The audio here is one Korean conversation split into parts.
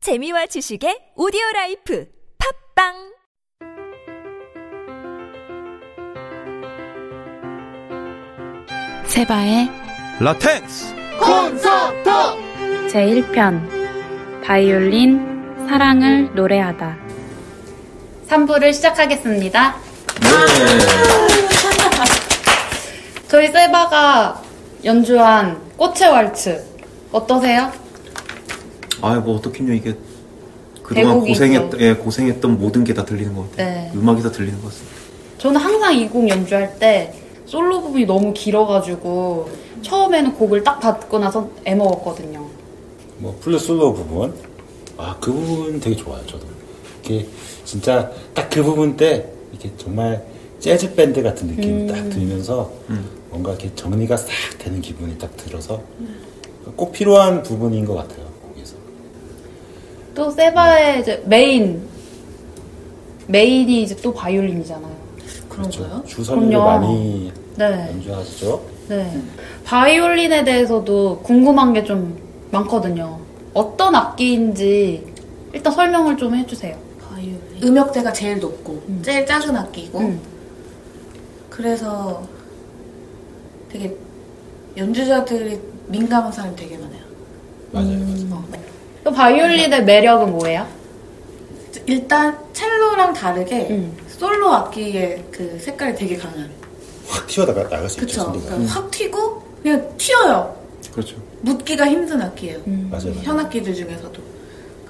재미와 지식의 오디오 라이프 팝빵 세바의 라텍스 콘서트 제1편 바이올린 사랑을 노래하다 3부를 시작하겠습니다. 저희 세바가 연주한 꽃의 왈츠 어떠세요? 아이 뭐 어떻긴요 이게 그동안 대곡이죠. 고생했, 예, 고생했던 모든 게 다 들리는 것 같아요 네. 음악이 다 들리는 것 같습니다 저는 항상 이 곡 연주할 때 솔로 부분이 너무 길어가지고 처음에는 곡을 딱 받고 나서 애먹었거든요. 뭐 플러스 솔로 부분 아 그 부분 되게 좋아요 저도 이게 진짜 딱 그 부분 때 이게 정말 재즈 밴드 같은 느낌이 음. 딱 들면서 뭔가 이렇게 정리가 싹 되는 기분이 딱 들어서 꼭 필요한 부분인 것 같아요 거기서 또 세바의 이제 메인 메인이 이제 또 바이올린이잖아요. 그렇죠 주선율을 그럼요. 많이 네. 연주하시죠 네. 바이올린에 대해서도 궁금한 게 좀 많거든요. 어떤 악기인지 일단 설명을 좀 해주세요. 바이올린 음역대가 제일 높고 제일 작은 악기고 음. 그래서 되게 연주자들이 민감한 사람이 되게 많아요 맞아요 음. 맞아요 그 바이올린의 매력은 뭐예요? 일단 첼로랑 다르게 음. 솔로 악기의 그 색깔이 되게 강한 확 튀어다가 음. 나갈 수 있죠 그쵸 소리가 그러니까 확 튀고 그냥 튀어요 그렇죠 묻기가 힘든 악기예요 음. 맞아요 맞아요 현악기들 중에서도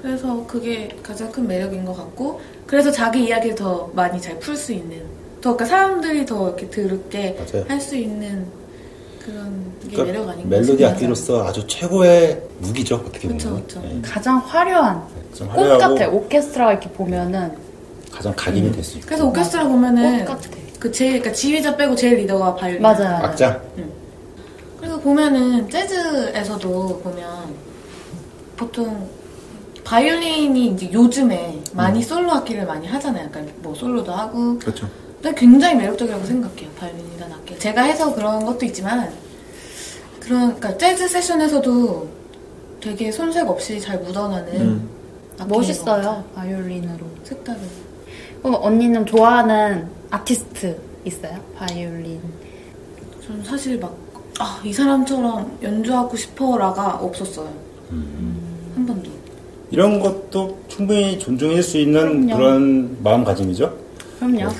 그래서 그게 가장 큰 매력인 것 같고 그래서 자기 이야기를 더 많이 잘 풀 수 있는 더 그러니까 사람들이 더 이렇게 들을게 맞아요. 할 수 있는 그런 게 그러니까 매력 아닌가 멜로디 악기로서 아주 최고의 무기죠 어떻게 보면 네. 그쵸, 그쵸. 가장 화려한 좀 꽃 화려하고 같아. 오케스트라 이렇게 보면은 가장 각인이 될 수 있고 음. 그래서 오케스트라 보면은 꽃 같아. 그 제일 그러니까 지휘자 빼고 제일 리더가 바이올린 어, 맞아요. 악장 그래서 보면은 재즈에서도 보면 보통 바이올린이 이제 요즘에 많이 솔로 악기를 많이 하잖아요. 약간 뭐 솔로도 하고 음. 그렇죠 근데 굉장히 매력적이라고 생각해요. 바이올린이라는 악기. 제가 해서 그런 것도 있지만 그런 그러니까 재즈 세션에서도 되게 손색 없이 잘 묻어나는 음. 악기인 것 같아요. 멋있어요. 바이올린으로. 색다른. 그럼 언니는 좋아하는 아티스트 있어요? 바이올린. 저는 사실 막 아 이 사람처럼 연주하고 싶어라가 없었어요. 음. 한 번도. 이런 것도 충분히 존중할 수 있는 그럼요. 그런 마음가짐이죠. 그럼요.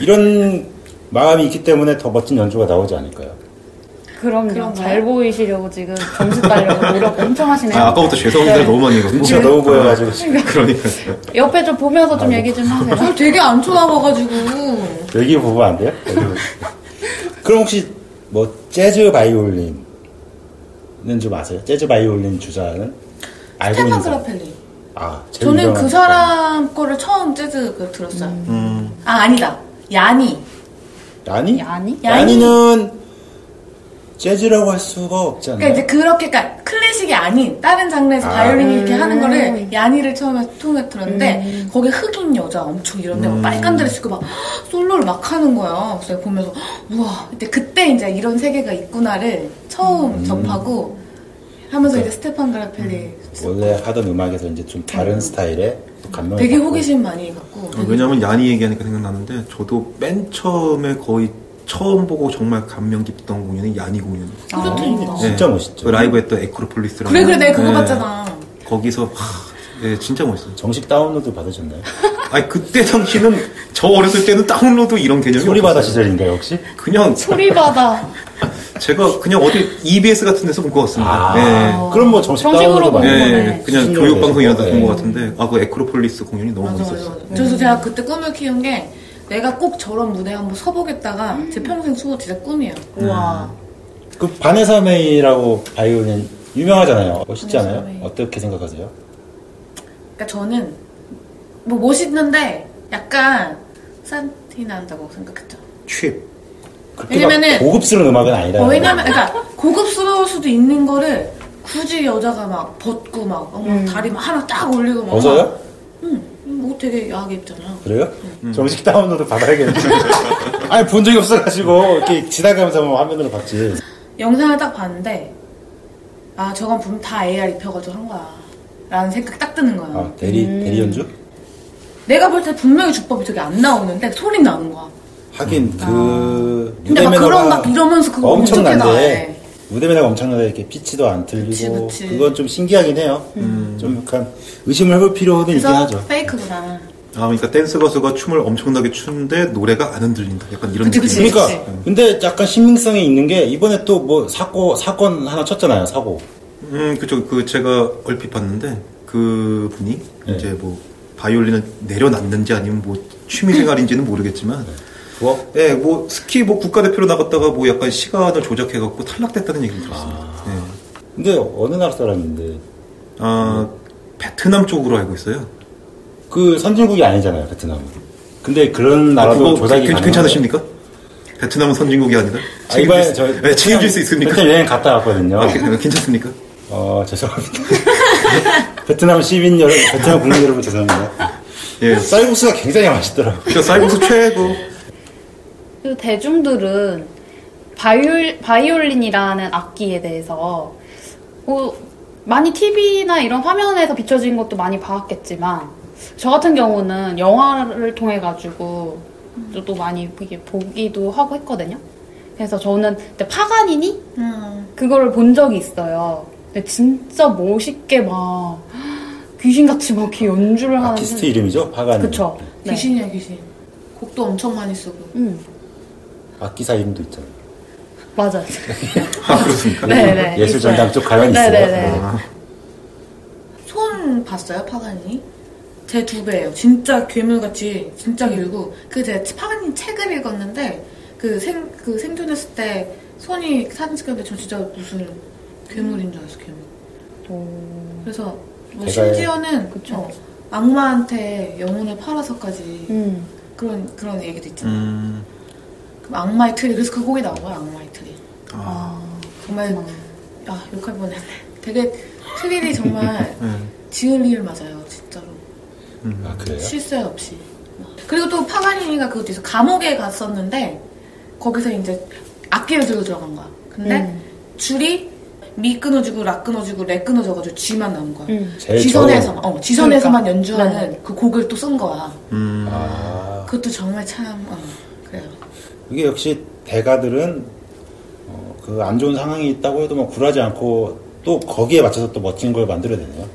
이런 마음이 있기 때문에 더 멋진 연주가 나오지 않을까요? 그럼요. 그런가요? 잘 보이시려고 지금 점수 따려고 노력 엄청 하시네요. 아, 아까부터 죄송한 말 너무 많이 네. 읽었고 눈치가 너무 보여가지고 아, 그러니까요 옆에 좀 보면서 좀 얘기 좀 하세요. 저를 되게 안 쳐다봐가지고. 여기 보면 안 돼요? 여기 보면. 그럼 혹시 뭐 재즈 바이올린은 좀 아세요? 재즈 바이올린 주자는 알고 스테판 있는 그라 사람? 펠리 아, 제일 저는 유명한 그 사람 거를 처음 재즈 그 들었어요. 음, 아 아니다. 야니. 야니? 야니? 야니는 재즈라고 할 수가 없지 않나요? 그러니까 이제 그렇게 그러니까 클래식이 아닌 다른 장르에서 아. 바이올린 이렇게 하는 거를 야니를 처음에 통해 들었는데 거기 흑인 여자 엄청 이런데 막 빨간 드레스 입고 막 헉, 솔로를 막 하는 거예요. 그래서 보면서 헉, 우와 그때 그때 이제 이런 세계가 있구나를 처음 접하고 하면서 이제 스테판 그라펠리 원래 하던 음악에서 이제 좀 다른 스타일의 감명 되게 호기심 많이 갖고 어, 왜냐면 야니 얘기하니까 생각나는데 저도 맨 처음에 거의 처음 보고 정말 감명 깊던 공연이 야니 공연 콘서트인가. 진짜 멋있죠. 그 라이브 했던 에크로폴리스라고 네. 그래 그래 내가 그거 봤잖아. 거기서 하, 네, 진짜 멋있어요 정식 다운로드 받으셨나요? 아니 그때 당시는 저 어렸을 때는 다운로드 이런 개념이 소리 받아 없었어요. 시절인가요 혹시? 그냥 소리바다. 제가 그냥 어디 EBS 같은 데서 본 것 같습니다. 네. 그럼 뭐 정식 정식으로 다운로드 본 받는 거네. 거예요. 네, 그냥 신기하네. 교육방송 이런 데본 네. 것 같은데, 아, 그 에크로폴리스 공연이 너무 맞아 맞아. 멋있었어요. 맞아. 그래서 제가 그때 꿈을 키운 게 내가 꼭 저런 무대에 한번 서보겠다가 제 평생 수호 진짜 꿈이에요. 우와. 그 바네사 메이라고 바이올린 유명하잖아요. 멋있지 바네사 않아요? 메이. 어떻게 생각하세요? 그러니까 저는 뭐 멋있는데 약간 산티 난다고 생각했죠. 취 그렇게 막 왜냐면은- 고급스러운 음악은 아니라. 어, 왜냐면 그러니까 고급스러울 수도 있는 거를 굳이 여자가 막 벗고 막 어머, 다리 막 하나 딱 올리고 막 벗어요? 응옷 뭐 되게 야하게 입잖아. 그래요? 음. 정식 다운로드 받아야겠는데. 아니 본 적이 없어가지고 이렇게 지나가면서 뭐 화면으로 봤지. 영상을 딱 봤는데 아 저건 분명 다 AR 입혀가지고 한 거야. 라는 생각 딱 드는 거예요. 아, 대리, 음. 대리 연주? 내가 볼 때 분명히 주법이 저게 안 나오는데 소리 나는 거야. 하긴 그 음. 아. 근데 막 그런 막 이러면서 그거 엄청난데 어떻게 나해. 무대 매너가 엄청난데 이렇게 피치도 안 틀리고 그치, 그치. 건좀 신기하긴 해요. 음. 좀 약간 의심을 해볼 필요는 있긴 그래서 하죠. 페이크구나. 아, 그러니까 댄스 가수가 춤을 엄청나게 추는데 노래가 안 흔들린다. 약간 이런 그치, 느낌. 그치. 음. 그러니까 근데 약간 신빙성이 있는 게 이번에 또 뭐 사고 사건 하나 쳤잖아요. 사고. 음, 그쵸. 그 제가 얼핏 봤는데 그 분이 네. 이제 뭐 바이올린을 내려놨는지 아니면 뭐 취미생활인지는 네. 모르겠지만 부엌? 예, 뭐 스키 뭐 국가대표로 나갔다가 뭐 약간 시간을 조작해갖고 탈락됐다는 얘기를 들었습니다. 아, 근데 어느 나라 사람인데 아 베트남 쪽으로 알고 있어요. 그 선진국이 아니잖아요. 베트남은. 근데 그런 나라도 아, 그거 조작이 괜- 가능한 괜찮으십니까? 베트남은 선진국이 아니다. 아, 이번에 책임질 저 수- 예, 책임질 수 있습니까? 베트남 여행 갔다 왔거든요. 아, 괜- 괜찮습니까? 어 죄송합니다. 베트남 시민 여러분, 베트남 국민 여러분 죄송합니다. 네, 예. 쌀국수가 굉장히 맛있더라고요. 그러니까 음. 쌀국수 최고. 그 대중들은 바이올, 바이올린이라는 악기에 대해서 뭐 많이 TV나 이런 화면에서 비춰진 것도 많이 봤겠지만 저 같은 경우는 영화를 통해 가지고 또 많이 이게 보기도 하고 했거든요. 그래서 저는 그때 파가니니 음. 그거를 본 적이 있어요. 근데 진짜 멋있게 막 귀신같이 막 이렇게 연주를 하는 아티스트 이름이죠? 파가니. 네. 그쵸. 네. 귀신이야 귀신. 곡도 엄청 많이 쓰고. 음 악기사 이름도 있잖아요. 맞아요. 아, 그렇습니까? 네네. 예술 전당 쪽 관련 있어요. 네네네. 아, 손 봤어요 파가니? 제 두 배예요. 진짜 괴물같이 진짜 음. 길고 그 제 파가니 책을 읽었는데 그 생 그 생존했을 때 손이 사진 찍혔는데 저 진짜 무슨 괴물인 줄 알았어 괴물. 오. 그래서 뭐 제가- 심지어는 그쵸. 어, 악마한테 영혼을 팔아서까지 음. 그런 그런 얘기도 있잖아요. 음, 그럼 악마의 트리 그래서 그 곡이 나온 거야 악마의 트리. 아, 정말 음. 아 욕할 뻔했네. 되게 트릴이 정말 예. 음. 지을 일 맞아요 진짜로. 음. 아, 그래요? 실수 없이. 그리고 또 파가니니가 그것도 있어. 감옥에 갔었는데 거기서 이제 악기를 들고 들어간 거야. 근데 음. 줄이 미 끊어지고 락 끊어지고 레 끊어져가지고 G만 남은 거야. 음. 제일 지선에서만 어 지선에서만 그러니까. 연주하는 그 곡을 또 쓴 거야. 음. 아, 그것도 정말 참 어, 그래요. 이게 역시 대가들은 어, 그 안 좋은 상황이 있다고 해도 막 굴하지 않고 또 거기에 맞춰서 또 멋진 걸 만들어내네요.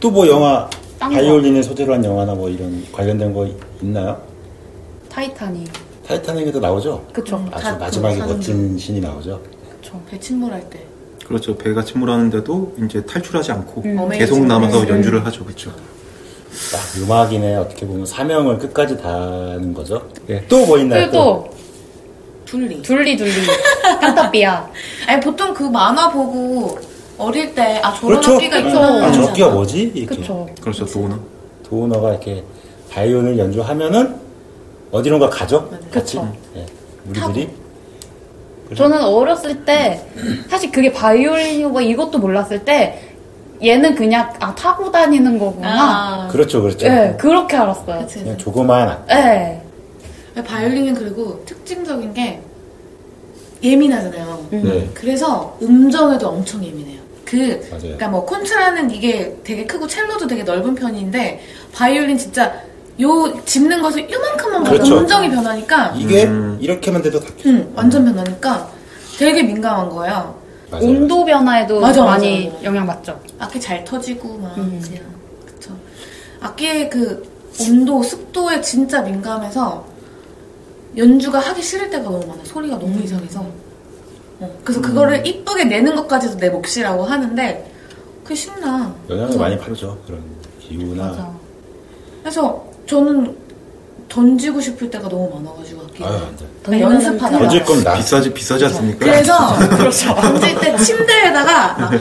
또 뭐 영화 딴 거. 바이올린을 소재로 한 영화나 뭐 이런 관련된 거 있나요? 타이타닉. 타이타닉에도 나오죠? 그쵸. 음. 아주 다 마지막에 그 사람들. 멋진 신이 나오죠. 그쵸. 배 침몰할 때 그렇죠. 배가 침몰하는데도 이제 탈출하지 않고 음. 계속 어메이징. 남아서 음. 연주를 하죠. 그렇죠. 딱 아, 음악인의 어떻게 보면 사명을 끝까지 다하는 거죠. 또 뭐 있나요? 그리고 또, 둘리. 둘리 둘리. 칸타비아. 아니 보통 그 만화 보고 어릴 때 아 저런 그렇죠. 악기가 그쵸. 있구나. 아, 저 하잖아. 기가 뭐지? 이렇게 그쵸. 그렇죠. 도우나. 도우너가 이렇게 바이올린을 연주하면은 어디론가 가죠? 같이. 그쵸. 예. 우리들이. 저는 어렸을 때, 사실 그게 바이올린이고 이것도 몰랐을 때, 얘는 그냥, 아, 타고 다니는 거구나. 아, 그렇죠, 그렇죠. 예, 그렇게 알았어요. 그치, 그냥 그치. 조그마한 악- 예. 바이올린은 그리고 특징적인 게 예민하잖아요. 음. 네. 그래서 음정에도 엄청 예민해요. 그 맞아요. 그러니까 뭐 콘트라는 이게 되게 크고 첼로도 되게 넓은 편인데 바이올린 진짜 요 짚는 것을 요만큼만 봐도 그렇죠. 음정이 변하니까 이게 음. 이렇게만 돼도 다 음, 완전 변하니까 되게 민감한 거예요. 맞아요. 온도 변화에도 맞아, 많이 맞아, 맞아. 영향받죠. 악기 잘 터지고 막 음. 그냥 그쵸. 악기의 그 온도, 습도에 진짜 민감해서 연주가 하기 싫을 때가 너무 많아. 요 소리가 너무 이상해서. 어, 그래서 그거를 이쁘게 내는 것까지도 내 몫이라고 하는데 그게 쉽나? 영향을 그래서- 많이 받죠. 그런 기후나 맞아. 그래서 저는 던지고 싶을 때가 너무 많아가지고 아유, 악기를 안 돼. 그냥 연습하다가 던질 거면 나. 비싸지 비싸지 않습니까? 그렇죠. 그래서 던질 때 침대에다가 막,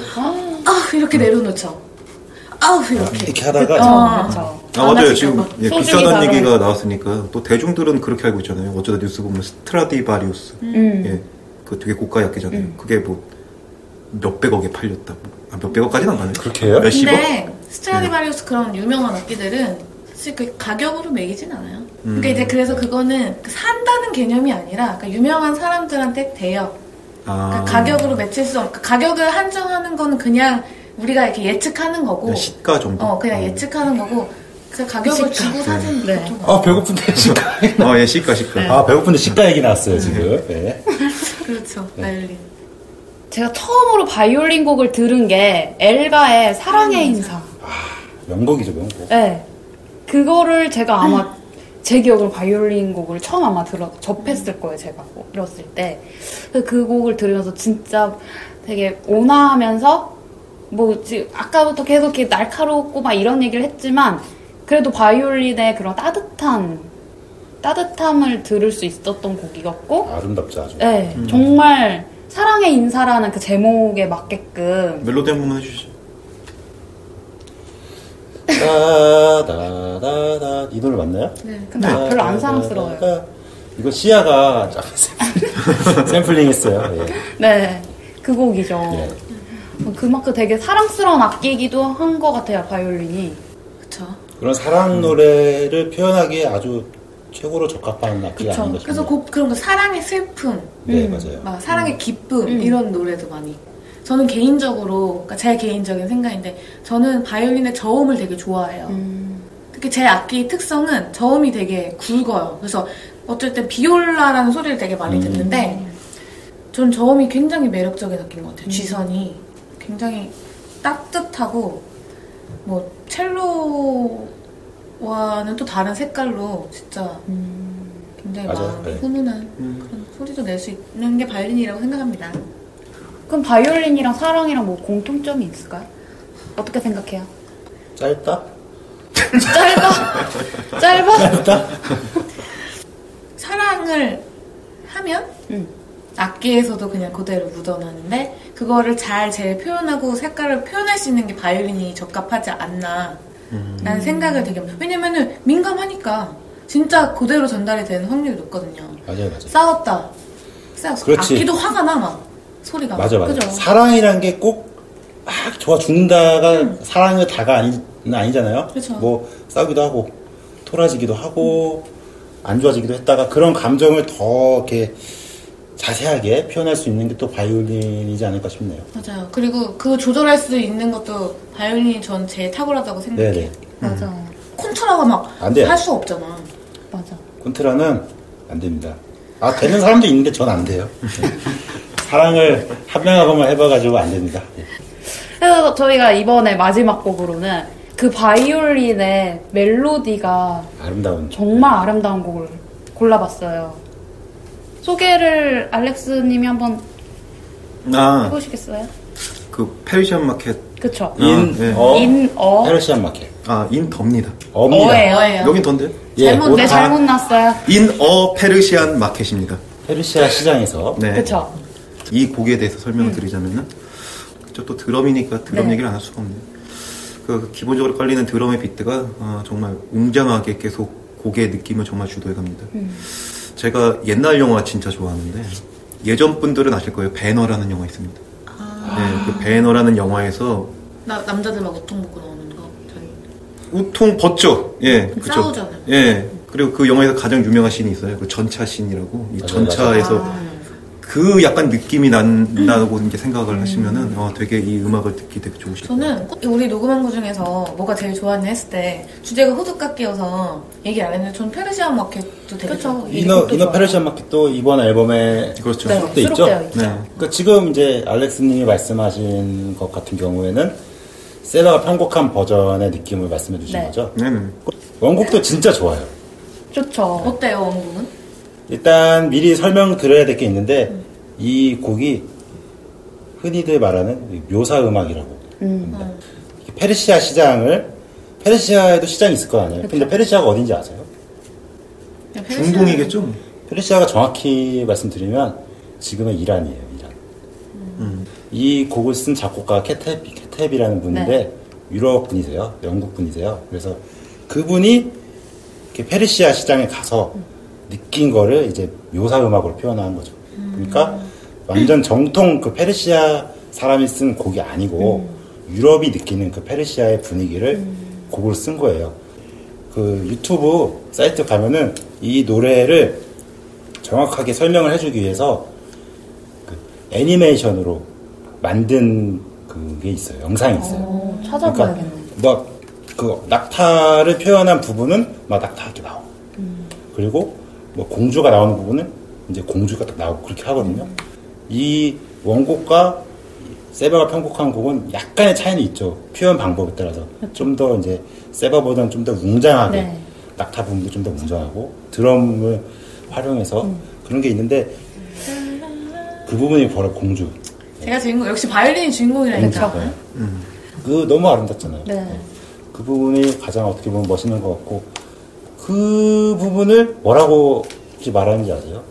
아 이렇게 내려놓죠. 아우 이렇게. 이렇게 하다가 어. 그쵸. 아 맞아요 만나실까 지금 봐. 예, 소중히 비싸다는 다뤄야 얘기가 나왔으니까 또 대중들은 그렇게 알고 있잖아요 어쩌다 뉴스 보면 스트라디바리우스 음. 예, 그 되게 고가 약기잖아요 음. 그게 뭐 몇백억에 팔렸다 뭐. 아, 몇백억까지는 안 가네 그렇게 해요? 몇십억? 근데 네. 스트라디바리우스 그런 유명한 악기들은 사실 그 가격으로 매기진 않아요. 음. 그러니까 이제 그래서 그거는 그 산다는 개념이 아니라 그러니까 유명한 사람들한테 대여. 아, 그러니까 가격으로 맺힐 수 없. 그 가격을 한정하는 그러니까 건 그냥 우리가 이렇게 예측하는 거고 그냥 시가 정도. 음. 어 그냥 예측하는 거고 그 가격을 시가. 주고 사진 네. 보통 아 배고픈데 시가. 어, 예, 시가, 시가. 아 배고픈데 시가 얘기 나왔어요 지금. 네. 그렇죠 네. 바이올린 제가 처음으로 바이올린 곡을 들은 게 엘가의 사랑의 음. 인상. 명곡이죠 명곡. 네. 그거를 제가 아마 제 기억으로 바이올린 곡을 처음 아마 들어 접했을 거예요 제가 들었을 때. 그래서 그 곡을 들으면서 진짜 되게 온화하면서 뭐 지금 아까부터 계속 이렇게 날카롭고 막 이런 얘기를 했지만 그래도 바이올린의 그런 따뜻한 따뜻함을 들을 수 있었던 곡이었고 아름답죠 아주. 네, 정말 사랑의 인사라는 그 제목에 맞게끔 멜로디 한 번만 해주시죠. 따다다다 이 노래 맞나요? 네. 근데 아, 별로 안 네. 사랑스러워요. 이거 시아가 좀 샘플링- 샘플링했어요. 예. 네, 그 곡이죠. 예. 그만큼 되게 사랑스러운 악기이기도 한 것 같아요, 바이올린이. 아, 그렇죠 그런 음. 사랑 노래를 표현하기에 아주 최고로 적합한 악기가 그렇죠 아닌가 싶어요. 그래서 곧 그런 거 사랑의 슬픔 네 음. 맞아요. 막 사랑의 기쁨 음. 이런 노래도 많이 있고 저는 개인적으로 그러니까 제 개인적인 생각인데 저는 바이올린의 저음을 되게 좋아해요 특히 제 악기 특성은 저음이 되게 굵어요 그래서 어쩔 때 비올라라는 소리를 되게 많이 음. 듣는데 저는 저음이 굉장히 매력적인 악기인 것 같아요 지선이 굉장히 따뜻하고 뭐 첼로와는 또 다른 색깔로 진짜 굉장히 맞아요. 마음이 네. 훈훈한 음. 그런 소리도 낼 수 있는 게 바이올린이라고 생각합니다. 그럼 바이올린이랑 사랑이랑 뭐 공통점이 있을까요? 어떻게 생각해요? 짧다? 짧아? 짧아? 사랑을 하면 음. 악기에서도 그냥 그대로 묻어나는데 그거를 잘 제일 표현하고 색깔을 표현할 수 있는 게 바이올린이 적합하지 않나 음. 라는 생각을 되게 왜냐면은 민감하니까 진짜 그대로 전달이 되는 확률이 높거든요. 맞아요 맞아요. 싸웠다. 싸웠어. 그렇지. 악기도 화가 나 막. 소리가. 맞아 맞아. 그죠? 사랑이란 게꼭막 좋아 죽는다가 사랑의 다가 아니, 아니잖아요. 그쵸. 뭐 싸우기도 하고 토라지기도 하고 안 좋아지기도 했다가 그런 감정을 더 이렇게 자세하게 표현할 수 있는 게 또 바이올린이지 않을까 싶네요. 맞아요. 그리고 그 조절할 수 있는 것도 바이올린이 전 제일 탁월하다고 생각해요. 네네. 맞아, 콘트라가 막 안 돼요. 할 수 없잖아. 맞아. 콘트라는 안 됩니다. 아 되는 사람도 있는데 전 안 돼요. 네. 사랑을 합명하고만 해봐가지고 안 됩니다. 네. 그래서 저희가 이번에 마지막 곡으로는 그 바이올린의 멜로디가 아름다운 정말 아름다운 곡을 골라봤어요. 소개를 알렉스님이 한번 아, 해보시겠어요? 그, 페르시안 마켓. 그쵸? 아, 네. 인어 인, 어, 페르시안 마켓 아, 인 덥니다. 어입니다. 어예요. 어예요. 여긴 던데요? 예, 잘못, 옷 네 다 잘못 났어요. 인 어 페르시안 마켓입니다. 페르시아 시장에서 네. 그쵸? 이 곡에 대해서 설명을 드리자면은 저 또 드럼이니까 드럼 네. 얘기를 안 할 수가 없네요. 그 기본적으로 깔리는 드럼의 비트가 아, 정말 웅장하게 계속 곡의 느낌을 정말 주도해 갑니다. 제가 옛날 영화 진짜 좋아하는데 예전 분들은 아실 거예요. 배너라는 영화 있습니다. 네, 그 배너라는 영화에서 나, 남자들 막 우통 벗고 나오는 거. 전- 우통 벗죠. 예, 그쵸. 음, 싸우잖아요. 예. 그리고 그 영화에서 가장 유명한 씬이 있어요. 그 전차 씬이라고. 이 맞아요, 전차에서 그 약간 느낌이 난다고 이제 생각을 하시면은 어, 되게 이 음악을 듣기 되게 좋으실 것 같아요. 음. 저는 꼭 우리 녹음한 거 중에서 뭐가 제일 좋았냐 했을 때 주제가 호두깎이여서 얘기를 안 했는데 전 페르시안 마켓도 되게 그쵸. 좋고 이너 이너 페르시안 마켓도 이번 앨범에 그렇죠. 네, 수록돼 있죠. 수록돼요, 있죠. 네. 그러니까 지금 이제 알렉스님이 말씀하신 것 같은 경우에는 세라가 편곡한 버전의 느낌을 말씀해 주신 네. 거죠. 네, 네. 음, 원곡도 진짜 좋아요. 좋죠. 어때요 원곡은? 일단 미리 설명 드려야 될 게 있는데 이 곡이 흔히들 말하는 묘사 음악이라고 음. 합니다. 이게 페르시아 시장을 페르시아에도 시장이 있을 거 아니에요. 근데 페르시아가 어딘지 아세요? 그냥 페르시안 중동이겠죠? 뭐. 음. 페르시아가 정확히 말씀드리면 지금은 이란이에요. 이란. 음. 이 곡을 쓴 작곡가 케텝, 케텝이라는 분인데 유럽 분이세요. 영국 분이세요. 그래서 그분이 이렇게 페르시아 시장에 가서 느낀 거를 이제 묘사 음악으로 표현한 거죠. 그러니까 완전 정통 그 페르시아 사람이 쓴 곡이 아니고 유럽이 느끼는 그 페르시아의 분위기를 곡으로 쓴 거예요. 그 유튜브 사이트 가면은 이 노래를 정확하게 설명을 해주기 위해서 그 애니메이션으로 만든 그게 있어요. 영상이 있어요. 어, 찾아봐야겠네. 막 그러니까 그 낙타를 표현한 부분은 막 낙타 이렇게 나오고 음. 그리고 뭐 공주가 나오는 부분은 이제 공주가 딱 나오고 그렇게 하거든요. 이 원곡과 세바가 편곡한 곡은 약간의 차이는 있죠. 표현 방법에 따라서 좀 더 이제 세바보다는 좀 더 웅장하게 그렇죠. 네. 낙타 부분도 좀 더 웅장하고 드럼을 활용해서 음. 그런 게 있는데 그 부분이 바로 공주. 제가 주인공 역시 바이올린이 주인공이라니까. 공주예요. 네. 그 너무 아름답잖아요. 네. 그 부분이 가장 어떻게 보면 멋있는 것 같고 그 부분을 뭐라고 혹시 말하는지 아세요?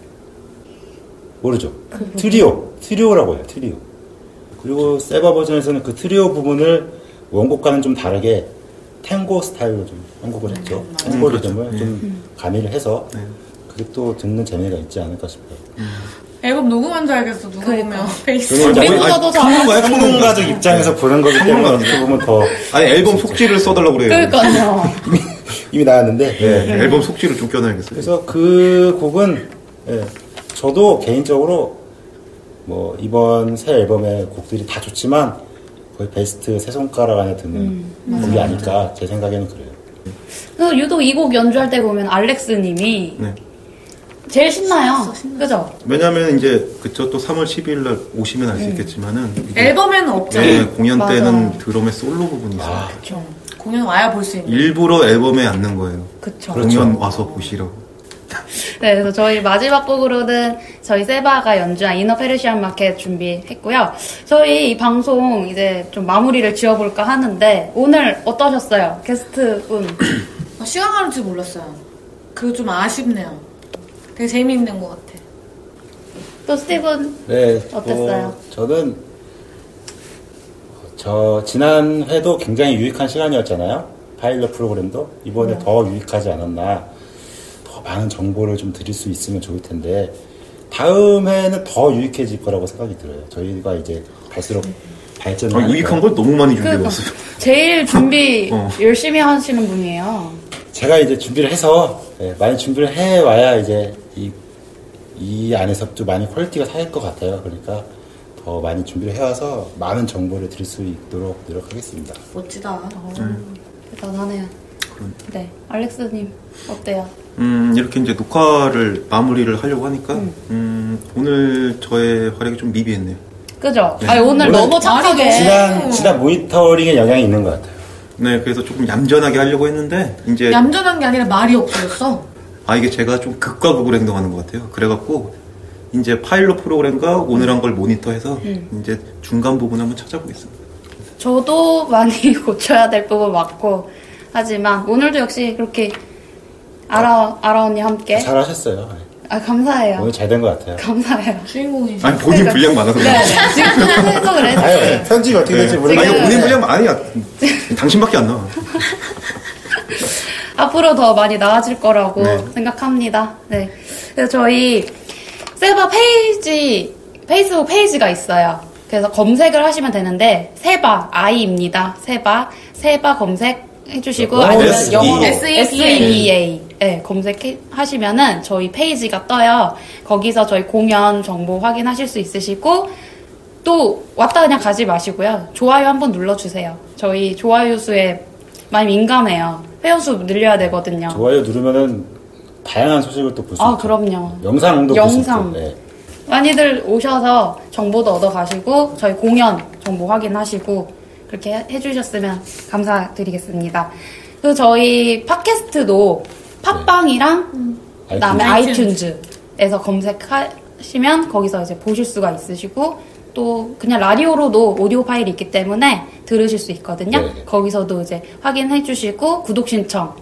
모르죠. 트리오, 트리오라고 해요. 트리오. 그리고 세바 버전에서는 그 트리오 부분을 원곡과는 좀 다르게 탱고 스타일로 좀 한국을 했죠. 탱고 그렇죠. 리듬을 좀 가미를 해서 네. 그게 또 듣는 재미가 있지 않을까 싶어요. 앨범 녹음한 줄 알겠어. 누가 보면 베이스. 그러니까 우리보다도 잘 네. 평론가적 입장에서 보는 거기 때문에 어떻게 보면 더 아니 앨범 속지를 써달라고 그래요. 그러니까요. 이미 나왔는데 네, 앨범 속지를 좀 껴놔야겠어요. 그래서 그 곡은 예, 저도 개인적으로 뭐 이번 새 앨범의 곡들이 다 좋지만 거의 베스트 세 손가락 안에 드는 곡이 아닐까 제 생각에는 그래요. 그 유독 이 곡 연주할 때 보면 알렉스님이 네. 제일 아, 신나요. 그죠? 왜냐면 이제 그쵸 또 3월 12일 날 오시면 알 수 있겠지만은 이게 음. 앨범에는 없잖아요. 네, 공연 맞아. 때는 드럼의 솔로 부분이 있어요. 아. 그쵸. 공연 와야 볼 수 있는. 일부러 앨범에 앉는 거예요. 그쵸. 공연 와서 보시라고. 네, 그래서 저희 마지막 곡으로는 저희 세바가 연주한 이너 페르시안 마켓 준비했고요. 저희 이 방송 이제 좀 마무리를 지어볼까 하는데 오늘 어떠셨어요? 게스트분. 아, 시간 가는 줄 몰랐어요. 그리고 좀 아쉽네요. 되게 재미있는 것 같아. 또 스티븐. 네, 어땠어요? 어, 저는 저 지난 회도 굉장히 유익한 시간이었잖아요. 파일럿 프로그램도 이번에 네. 더 유익하지 않았나. 더 많은 정보를 좀 드릴 수 있으면 좋을 텐데 다음에는 더 유익해질 거라고 생각이 들어요. 저희가 이제 갈수록 네. 발전을 아, 하니까. 유익한 걸 너무 많이 그러니까 준비해왔어요. 제일 준비 네, 어. 열심히 하시는 분이에요. 제가 이제 준비를 해서 예, 많이 준비를 해 와야 이제 이, 이 안에서 좀 많이 퀄리티가 살릴 것 같아요. 그러니까 더 많이 준비를 해와서 많은 정보를 드릴 수 있도록 노력하겠습니다. 멋지다. 대단하네요. 네, 알렉스님 어때요? 음, 이렇게 이제 녹화를 마무리를 하려고 하니까 음, 오늘 저의 활약이 좀 미비했네요. 그죠? 아니 오늘 너무 착하게. 지난 지난 모니터링에 영향이 있는 것 같아요. 네, 그래서 조금 얌전하게 하려고 했는데 이제 얌전한 게 아니라 말이 없어졌어. 아 이게 제가 좀 극과 극으로 행동하는 것 같아요. 그래갖고 이제 파일럿 프로그램과 오늘 한 걸 모니터해서 음. 이제 중간 부분 한번 찾아보겠습니다. 저도 많이 고쳐야 될 부분 많고 하지만 오늘도 역시 그렇게 아라 아라 언니 함께 잘하셨어요. 예, 아 감사해요 오늘 잘 된 것 같아요. 감사해요 주인공이지. 아니 본인 분량 많아서 네 그래요. 지금 생각을 아유, 예. 네. 했어요 편집이 어떻게 아니 될지 네. 모르겠어요. 본인 분량 아니야. 당신밖에 안 나와. 앞으로 더 많이 나아질 거라고 네. 생각합니다 네 그래서 저희 세바 페이지 페이스북 페이지가 있어요 그래서 검색을 하시면 되는데 세바 아이입니다 세바 세바 검색 해주시고 어, 아니면 SE. 영어로 E SEBA. SEBA 네, 검색하시면은 저희 페이지가 떠요. 거기서 저희 공연 정보 확인하실 수 있으시고 또 왔다 그냥 가지 마시고요. 좋아요 한번 눌러주세요. 저희 좋아요 수에 많이 민감해요. 회원 수 늘려야 되거든요. 좋아요 누르면은 다양한 소식을 또 볼 수 있고 아 그럼요. 영상도 볼 수 있고 영상. 네. 많이들 오셔서 정보도 얻어 가시고 저희 공연 정보 확인하시고 그렇게 해- 해주셨으면 감사드리겠습니다. 그 저희 팟캐스트도 팟빵이랑 그다음에 아이튠즈. 아이튠즈에서 검색하시면 거기서 이제 보실 수가 있으시고 또 그냥 라디오로도 오디오 파일이 있기 때문에 들으실 수 있거든요. 네네. 거기서도 이제 확인해 주시고 구독 신청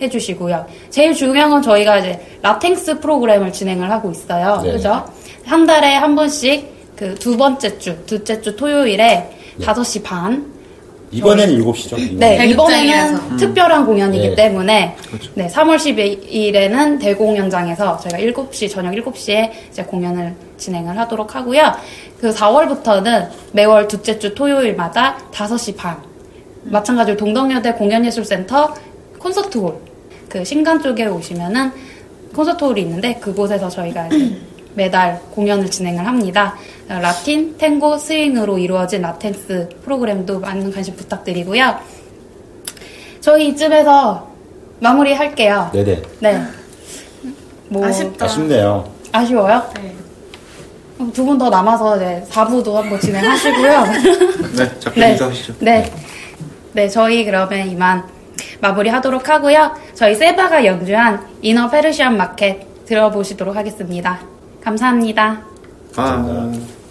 해 주시고요. 제일 중요한 건 저희가 이제 라탱스 프로그램을 진행을 하고 있어요. 네네. 그죠? 한 달에 한 번씩 그 두 번째 주, 둘째 주 토요일에 네. 다 5시 반. 이번에는 7시죠. 네, 대극장에서. 이번에는 특별한 공연이기 네. 때문에 네, 3월 12일에는 대공연장에서 저희가 7시 저녁 7시에 이제 공연을 진행을 하도록 하고요. 그 4월부터는 매월 둘째 주 토요일마다 5시 반. 마찬가지로 동덕여대 공연예술센터 콘서트홀 그 신간 쪽에 오시면은 콘서트홀이 있는데 그곳에서 저희가 이제 매달 공연을 진행을 합니다. 라틴, 탱고, 스윙으로 이루어진 라텐스 프로그램도 많은 관심 부탁드리고요. 저희 이쯤에서 마무리할게요. 네네. 네. 뭐 아쉽다. 아쉽네요. 아쉬워요? 네. 두 분 더 남아서 이제 4부도 한번 진행하시고요. 네, 작별 네. 인사하시죠. 네. 네, 저희 그러면 이만 마무리하도록 하고요. 저희 세바가 연주한 이너 페르시안 마켓 들어보시도록 하겠습니다. 감사합니다. 아. 감사합니다.